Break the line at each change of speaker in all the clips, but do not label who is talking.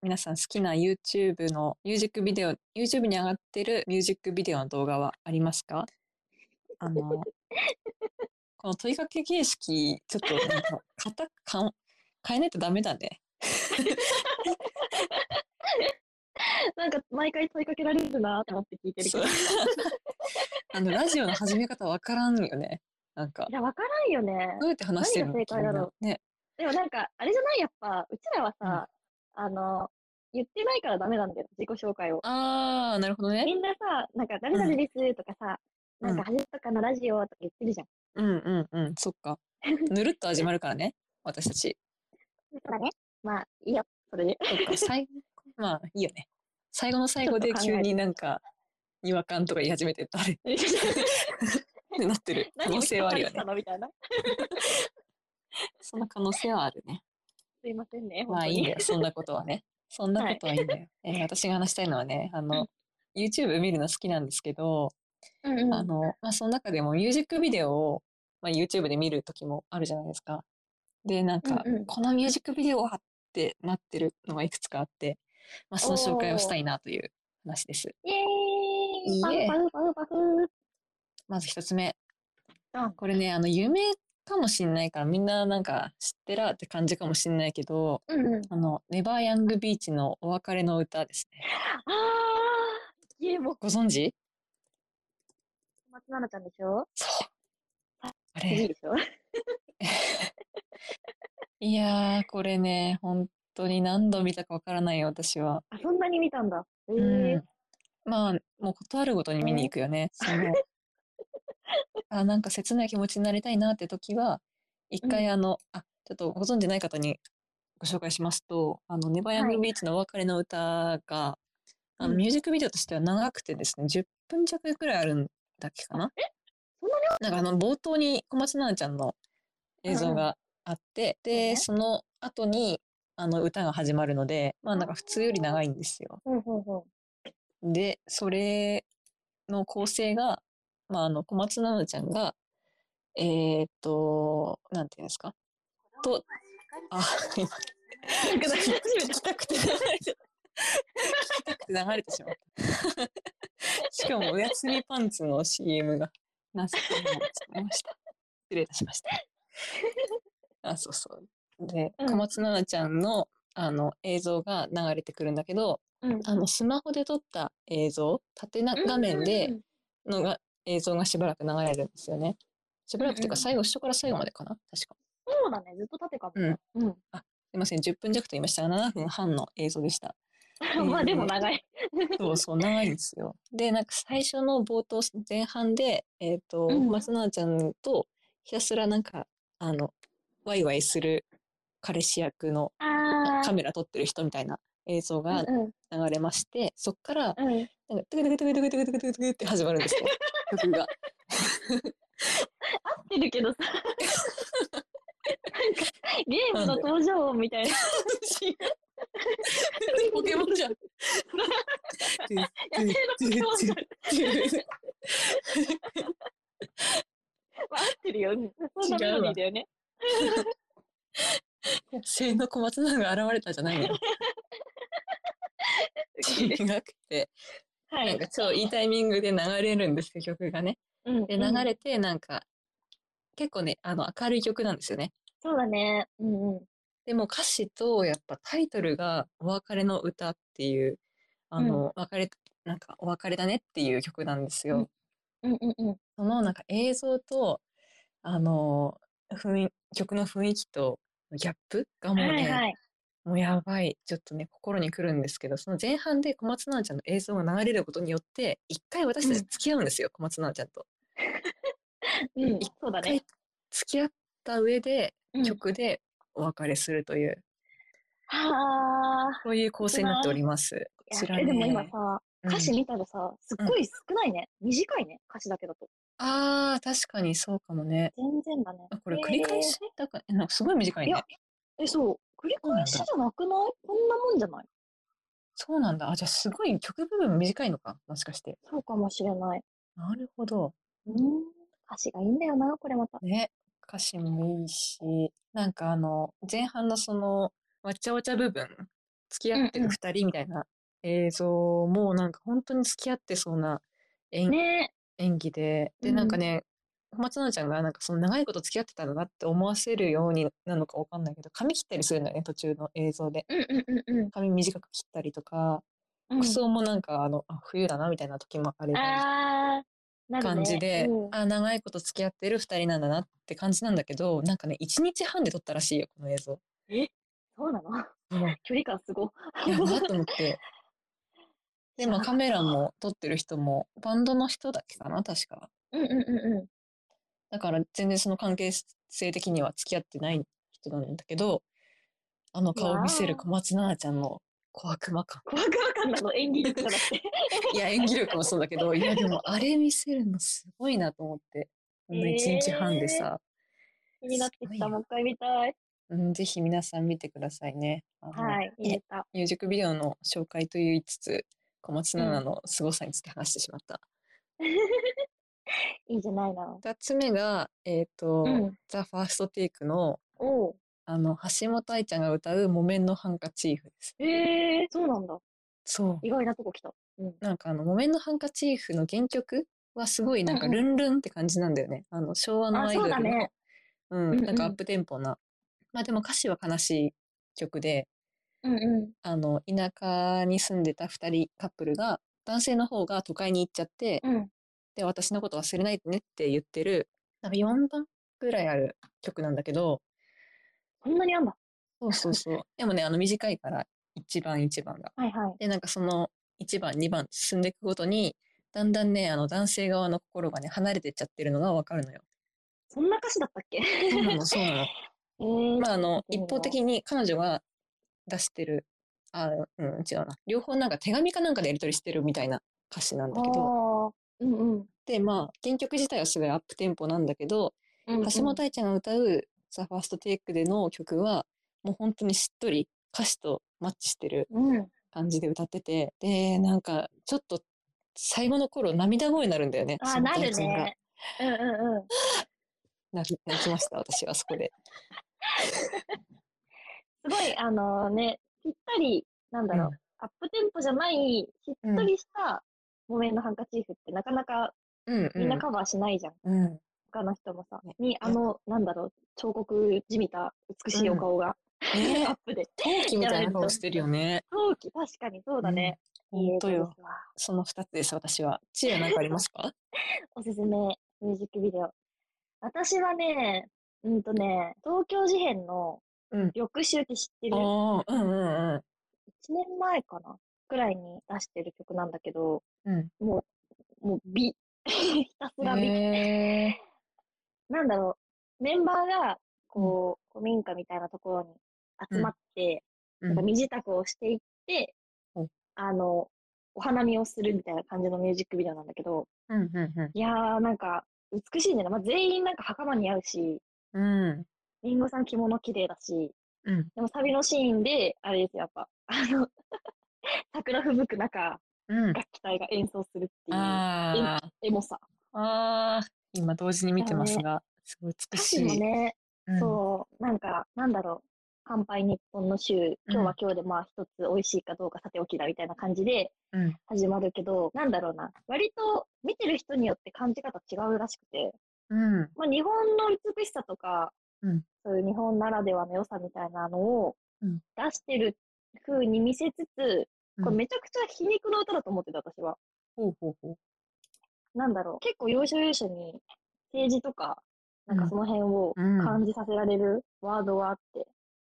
皆さん好きな YouTube のミュージックビデオ、YouTube に上がってるミュージックビデオの動画はありますかあ の、この問いかけ形式、ちょっとなんか、型かん変えないとダメだね。
なんか毎回問いかけられるなと思って聞いてるけど。
そう あの、ラジオの始め方わからんよね。なんか
い、や、わからんよね
ど。うやって話してるの
何が正解だろう
みんなね。
でもなんか、あれじゃないやっぱ、うちらはさ、あの、言ってないからダメなんだよ、自己紹介を。
あー、なるほどね
み。んなさ、なんか、誰々ですとかさ、
うん
なんか、初とかのラジオとか言ってるじゃん。
うんうんうん、そっか。ぬるっと始まるからね、私たち。
そうだね。まあ、いいよ、それで。
そっか、最後、まあいいよね。最後の最後で急になんか、にわかんとか言い始めて、あれってなってる可能性 はあるよ
何
ね。
を聞かされてたのみたいな。
その可能性はあるね。
すいませんね、
まあいいんだ
ね。
よ、そんなこと はね。そんなことはいいんだよ。えー私が話したいのはね、あの、YouTube 見るの好きなんですけど、
うんうん。
あの、まあその中でもミュージックビデオを、まあ、YouTube で見る時もあるじゃないですか。で、なんか、
うんうん
このミュージックビデオはってなってるのがいくつかあって、まあその紹介をしたいなという話です。
イエー
い
イ
いえ
パフパフパフパフ
まず一つ目。
ドン
これね、あの、夢かもしんないから、みんななんか知ってらって感じかもしんないけど、
うんうん。
あの、ネバーヤングビーチのお別れの歌ですね。
ああーイエーもう、
ご存知
松菜奈ちゃんでしょ
そう。あ
いい
れ、
でしょ
いやー、これね、本当に何度見たかわからないよ、私は。
あ、そんなに見たんだ。え
う
ー
ん。まあ、もうことあるごとに見に行くよ ね。その、あ、なんか切ない気持ちになりたいなって時は、一回あの、あ、ちょっとご存じない方にご紹介しますと、あの、ネバーヤン
は
グ
い
ビーチのお別れの歌が、あの、
うん
ミュージックビデオとしては長くてですね、10分弱くらいあるんだっけかな。
そんなに
なんかあの、冒頭に小松菜奈ちゃんの映
うん
像
うん
があって、
そ
で、
うね
その後に、あの、歌が始まるので、まあなんか普通より長いんですよ。
ほうほうほ
で、それの構成が、まあ、あの、小松菜奈ちゃんが、えーっと、なんていうんですかと、あ、今、
う。なんか
聞
初めて
きたくて流れて、聞きたくて流れてしまった。 しかも、おやすみパンツの CM が、なさってしまいました。失礼いたしました。 あ、そうそう。で、
うん
小松菜奈ちゃんの、あの、映像が流れてくるんだけど、
うん
あのスマホで撮った映像縦な画面でのが映像がしばらく流れるんですよね。しばらくっていう
うんうん
か最後、初から最後までかな確か。
そうだね、ずっと縦かもね。うん。
すいません、10分弱と言いましたが、7分半の映像でした。ん
まあでも長い。
そうそう、長いんですよ。で、なんか最初の冒頭、前半で、えっ、と、
うん
小松菜奈ちゃんとひたすらなんか、あの、ワイワイする彼氏役の
あ
カ
ー
メラ撮ってる人みたいな映像が
うんうん
流れまして、そっから、
うん。
なんか、トゥクトゥクトゥクトゥクトゥクトゥクトゥクって始まるんですよ。曲が。
合ってる けどさ。なんか、ゲームの登場音みたいな。
ポケモンじゃん。
やってるポケモンじゃんまあ合ってるよね。そんなメロディーだよね。
野生の小松菜が現れたじゃないのよ。違くて、
は
なん
い
か。超いいタイミングで流れるんですよ、曲がね。
うん
で、流れて、なんか、結構ね、あの、明るい曲なんですよね。
そうだね。うんうん。
でも歌詞と、やっぱタイトルが、お別れの歌っていう、あの、別れ、なんか、お別れだねっていう曲なんですよ。
うんうんうんうん。
そのなんか映像と、あの雰囲曲の雰囲気とのギャップがもう
はい
ね、
はい。
もうやばい。ちょっとね、心にくるんですけど、その前半で小松菜奈ちゃんの映像が流れることによって、一回私たち
うん
付き合うんですよ、小松菜奈ちゃんと。
うん、そうだ
一回
ね。
付き合った上で、
うん
曲でお別れするという、
はあ。
そういう構成になっております。こ
いや
ちら
えでも今
ね、
さ、
うん
歌詞見たらさ、すっごい少ないね。短いね、歌詞だけだと。
ああ、確かにそうかもね。
全然だね。
あこれ繰り返しだから、えなんかすごい短い
い
ね
や。えーえ、そう。繰り返しじゃなくないこんなもんじゃない
そうなんだ。あ、じゃあすごい曲部分短いのか、もしかして。
そうかもしれない。
なるほど。
うん。歌詞がいいんだよな、これまた。
ね。歌詞もいいし、なんかあの、前半のその、わちゃわちゃ部分付き合ってる
うんうん
2人みたいな映像もなんか本当に付き合ってそうな演,、
ね
演技でで
うん
なんかね、小松菜奈ちゃんがなんかその長いこと付き合ってたんだなって思わせるようになのかわかんないけど髪切ったりするんだよね途中の映像で
うんうんうんうん
髪短く切ったりとか
うん。
服装もなんかあのあ冬だなみたいな時もあれば
あー、なるね
感じで、
うん
あ長いこと付き合ってる2人なんだなって感じなんだけどなんかね1日半で撮ったらしいよこの映像。
そうなの
うん
距離感すご。
やばと思って。で、まあカメラも撮ってる人も、バンドの人だっけかな、確か。
うんうんうんう
だから全然その関係性的には付き合ってない人なんだけど、あの顔を見せる
わあ
小松菜奈ちゃんの小悪魔 感。
ん。怖くわかんなの演技とかだ って。
いや、演技力もそうだけど、いや、でもあれ見せるのすごいなと思って。この一日半で さ、
気になって
すご
き
いな
た、もう一回見たい。
うん、ぜひ皆さん見てくださいね。あの
はい、見れた。
ミュージックビデオの紹介と言いつつ、小松菜奈の凄さについて話してしまった。
いいじゃないの。
二つ目が、えっ、と、
うん
ザ・ファーストテイクの、
おう。
あの、橋本愛ちゃんが歌う木綿のハンカチーフです。
えー、そうなんだ。
そう。
意外なとこ来た。うん。
なんかあの、木綿のハンカチーフの原曲はすごいなんか
うんう
ルンルンって感じなんだよね。あの、昭和の
あ
アイドルの、
そうだね
うん、
うんうん
なんかアップテンポな。まあでも歌詞は悲しい曲で、
うんう
あの、田舎に住んでた二人カップルが、男性の方が都会に行っちゃって、
ん。うん。
で、私のこと忘れないでねって言ってる、なんか4番ぐらいある曲なんだけど、
こんなにあんだ。
そうそうそう。 でもね、あの短いから、1番1番が。
はいはい。
で、なんかその1番2番進んでいくごとに、だんだんね、あの男性側の心がね、離れてっちゃってるのがわかるのよ。
そんな歌詞だったっ けえ
そうなの、そうなの。
ー、
まあ、あの、
見てみよう
一方的に彼女が出してる、あ、うん、違うな。両方なんか手紙かなんかでやり取りしてるみたいな歌詞なんだけど。
あーうんうん。
で、まあ、原曲自体はすごいアップテンポなんだけど、
うんうん
橋本愛ちゃんが歌う「ザ・ファーストテイクでの曲は、もう本当にしっとり歌詞とマッチしてる
うん。
感じで歌ってて、で、なんか、ちょっと、最後の頃、涙声になるんだよね。
あ
そ
ー、
の
な
大
る
臣が
ね。うんうんうん。
泣き泣きました、私はそこで。
すごい、あのね、ぴったり、なんだろう、
うん
アップテンポじゃない、しっとりした、木綿のハンカチーフってなかなか
うん、
みんなカバーしないじゃん。
うん。
他の人もさ
ね。
に、あの、なんだろう、彫刻じみた美しいお顔が、
ね
アップで。
陶器みたいな顔してるよね。
陶器、確かにそうだね。
うん。
いい
本
映
当
像で
よ。
すわ。
その二つです、私は。知恵なんかありますか
おすすめ、ミュージックビデオ。私はね、うんとね、東京事変の
うん
翌週 って知ってる、1
ああ、うんうんうん。
年前かなくらいに出してる曲なんだけど、
うん。
もう、もう美。 ひたすら美。
へえ
なんだろう、メンバーが、こう、古民家みたいなところに集まって、
う
なんか
ん
身支度をしていって、
うん
あの、お花見をするみたいな感じのミュージックビデオなんだけど、
うんう
いやー、なんか、美しいんだよね。まあ、全員なんか袴似合うし、
んうん。
リンゴさん着物綺麗だし、
うん。
でもサビのシーンで、あれですよ、やっぱ、あの、 桜吹雪く中、
うん。
楽器隊が演奏するっていう、
ああ、
エモさ。
ああ、今同時に見てますが、すごい美
歌
し
詞も
い。
ね、
うん
そう、なんか、なんだろう。乾杯日本の週、今日は今日でまあ一つ美味しいかどうかさておきだみたいな感じで
うん。
始まるけど、なんだろうな。割と見てる人によって感じ方違うらしくて、
うん。
まあ日本の美しさとか、
うん
そういう日本ならではの良さみたいなのを
うん
出してる風に見せつつ、
うん
これめちゃくちゃ皮肉の歌だと思ってた私は。
ほうほうほう。
なんだろう。結構要所要所に政治とか、なんかその辺を
うん
感じさせられるワードはあって、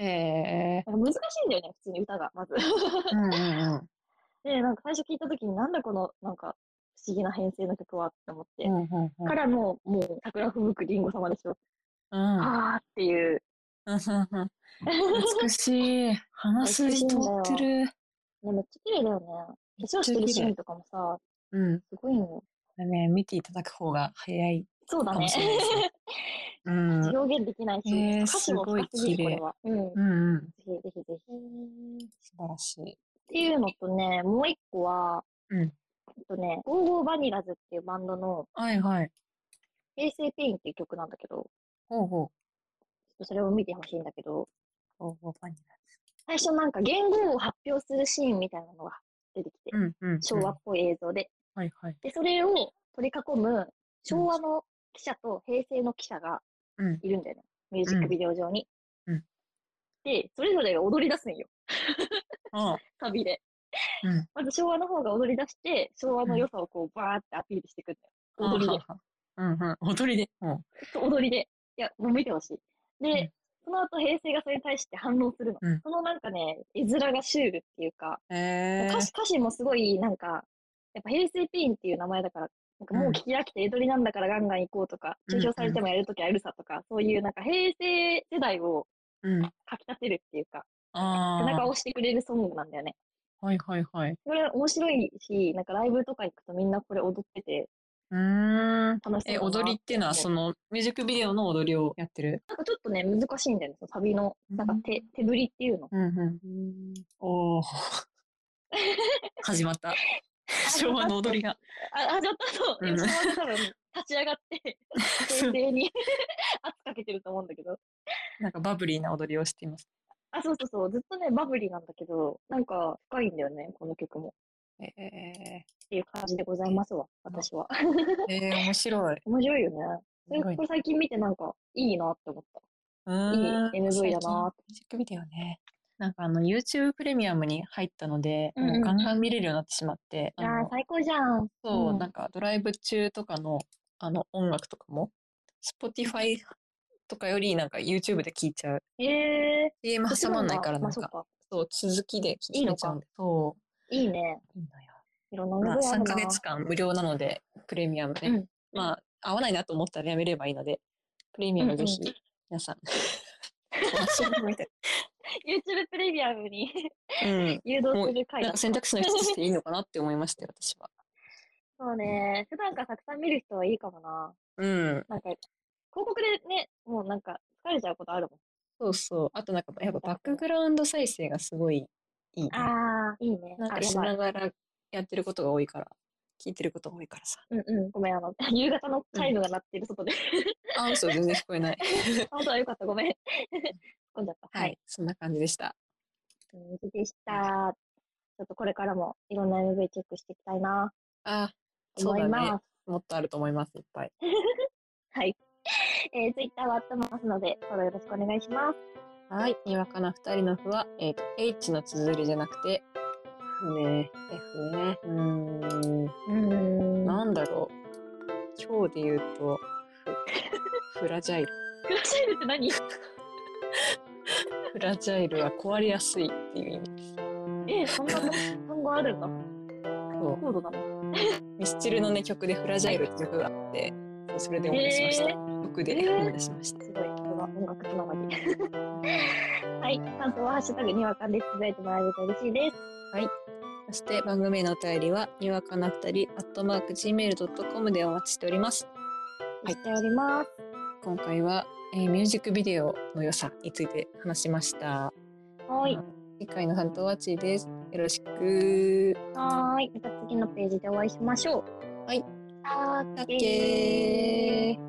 ええ
なんか難しいんだよね、普通に歌が、まず。
うんうん うん
で、なんか最初聞いた時に、なんだこの、なんか、不思議な編成の曲はって思って。
うんうんうん
からの、もう、桜吹雪りんご様でしょ。あーっていう。
うんうん美しい。鼻筋通ってる。
ね、めっちゃ綺麗だよね。化粧してるシーンとかもさ、
うん。
すごいよ。
ね、見ていただく方が早い
そう
か
だ
も
ね
し。れないですね。うん。 うん
表現できないし、
えー
歌詞も深すぎる、これは。うん。ぜ
うん。
ひぜひぜひ。
素晴らしい。
っていうのとね、もう一個は、
うん
えっとね、ゴーゴーバニラズっていうバンドの、
はいはい。
平成ペインっていう曲なんだけど、ちょ
ほうほう。
っとそれを見てほしいんだけど、
ほうほう、ファンに
最初なんか言語を発表するシーンみたいなのが出てきて、
うんうんうん
昭和っぽい映像で。
はいはい。
で、それを取り囲む昭和の記者と平成の記者が
うん。
いるんだよね。ミュージックビデオ上に。
うん
で、それぞれが踊り出すんよ。
あ
サビで。
うん
まず昭和の方が踊り出して、昭和の良さをこうバーってアピールしてくんだよ。踊りで。
あ。うんうん。踊りで。うん。
そう踊りで。いや、もう見てほしい。で、
うん
その後平成がそれに対して反応するの。
うん
そのなんかね、絵面がシュールっていうか、
え
歌詞歌詞もすごいなんか、やっぱ平成ピンっていう名前だから、なんかもう聞き飽きてエドリなんだからガンガン行こうとか、
うん
中傷されてもやるときはやるさとか、そういうなんか平成世代を
うん。
かき立てるっていうか、背中を
あ
押してくれるソングなんだよね。
あ。はいはいはい。
これ面白いし、なんかライブとか行くとみんなこれ踊ってて
うーん。
楽しそうだな
え、踊りっていうのは、その、ミュージックビデオの踊りをやってる。
なんかちょっとね、難しいんだよね。そのサビの、なんか手、手振りっていうの。
うんうん。おお。 始まった。 昭和の踊りが。
あ、あ、ちょっとそう。
うん
今、昭和が多分立ち上がって、 平成に 圧かけてると思うんだけど。
なんかバブリーな踊りをしています。
あ、そうそうそう。ずっとね、バブリーなんだけど、なんか深いんだよね、この曲も。
ええ
っていう感じでございますわ、私は。
ええ面白い。
面白いよね。それ
すごい
これ最近見てなんかいいなって思った。
うー
いい MV だ
最
な
近ミュージックビデオね。なんかあの YouTube プレミアムに入ったので、
うんうん
もうガンガン見れるようになってしまって、あ
ああ
の
ー、最高じゃん。
そう、
うん
なんかドライブ中とかの、あの音楽とかも、Spotify とかよりなんか YouTube で聴いちゃう。
ええ
CM
ー。
挟まんないからな
まあ、
ん
そっ
か、
か。
そう、続きで聴
いい
け
の
ちゃうん
か
で。そ
いいね。
う、いいのよ。
いろん
まあ
な音楽がある
3
な。
ヶ月間無料なので、プレミアムね。
うん
まあ、合わないなと思ったらやめればいいので、プレミアムぜひ、
うん
皆 さん。お足元みたい
YouTube プレミアムに
うん。
誘導する回
なん
だ
か。選択肢の一つとしていいのかなって思いましたよ、私は。
そうね。普段からたくさん見る人はいいかもな。
うん。
なんか、広告でね、もうなんか疲れちゃうことあるも
そうそう。あとなんか、やっぱバックグラウンド再生がすごいいいね。
ん。ああ、いいね。
なん
あ
か
や
し
ばい
ながらやってることが多いから、聞いてることが多いからさ。
うんうん。ごめん、あの、 夕方のチャイムが鳴ってる外で。
あ、嘘、全然聞こえ ない。
あ、そう、よかった、ごめん。突っ込んじゃった。
は。い、そんな感じでした。
うんでした。ちょっとこれからもいろんな MV チェックしていきたいな、
あ、そ
思
う
い
だね
ま。す。
もっとあると思います、いっぱい。
はい。えー、Twitter はってますので、フォローよろしくお願いします。
はい、にわかな二人のふは、えっ、と、H の綴りじゃなくて、ふね、F ね。うーん、
うーん。
なんだろう。今日で言う と、フフラジャイル。
クラシールって何
フラジャイルは壊れやすいっていう意味。
えそんな単語あるんだ。
そう
高度だな。
ミスチルのね、曲でフラジャイルって曲があって、そうそれで思い出しました。
え
曲で思い出しました。
すごい、これは音楽つながり。 はい。感想はハッシュタグにわかんでつぶやいてもらえると嬉しいです。
そして番組へのお便りは、にわかな二人、アットマーク、gmail.com でお待ちしております。はい
しております。
今回は、えーミュージックビデオの良さについて話しました。
はい。
次回の担当はちーです。よろしく。
はーい。また次のページでお会いしましょう。
はい。
さ
だっ
ー
けー。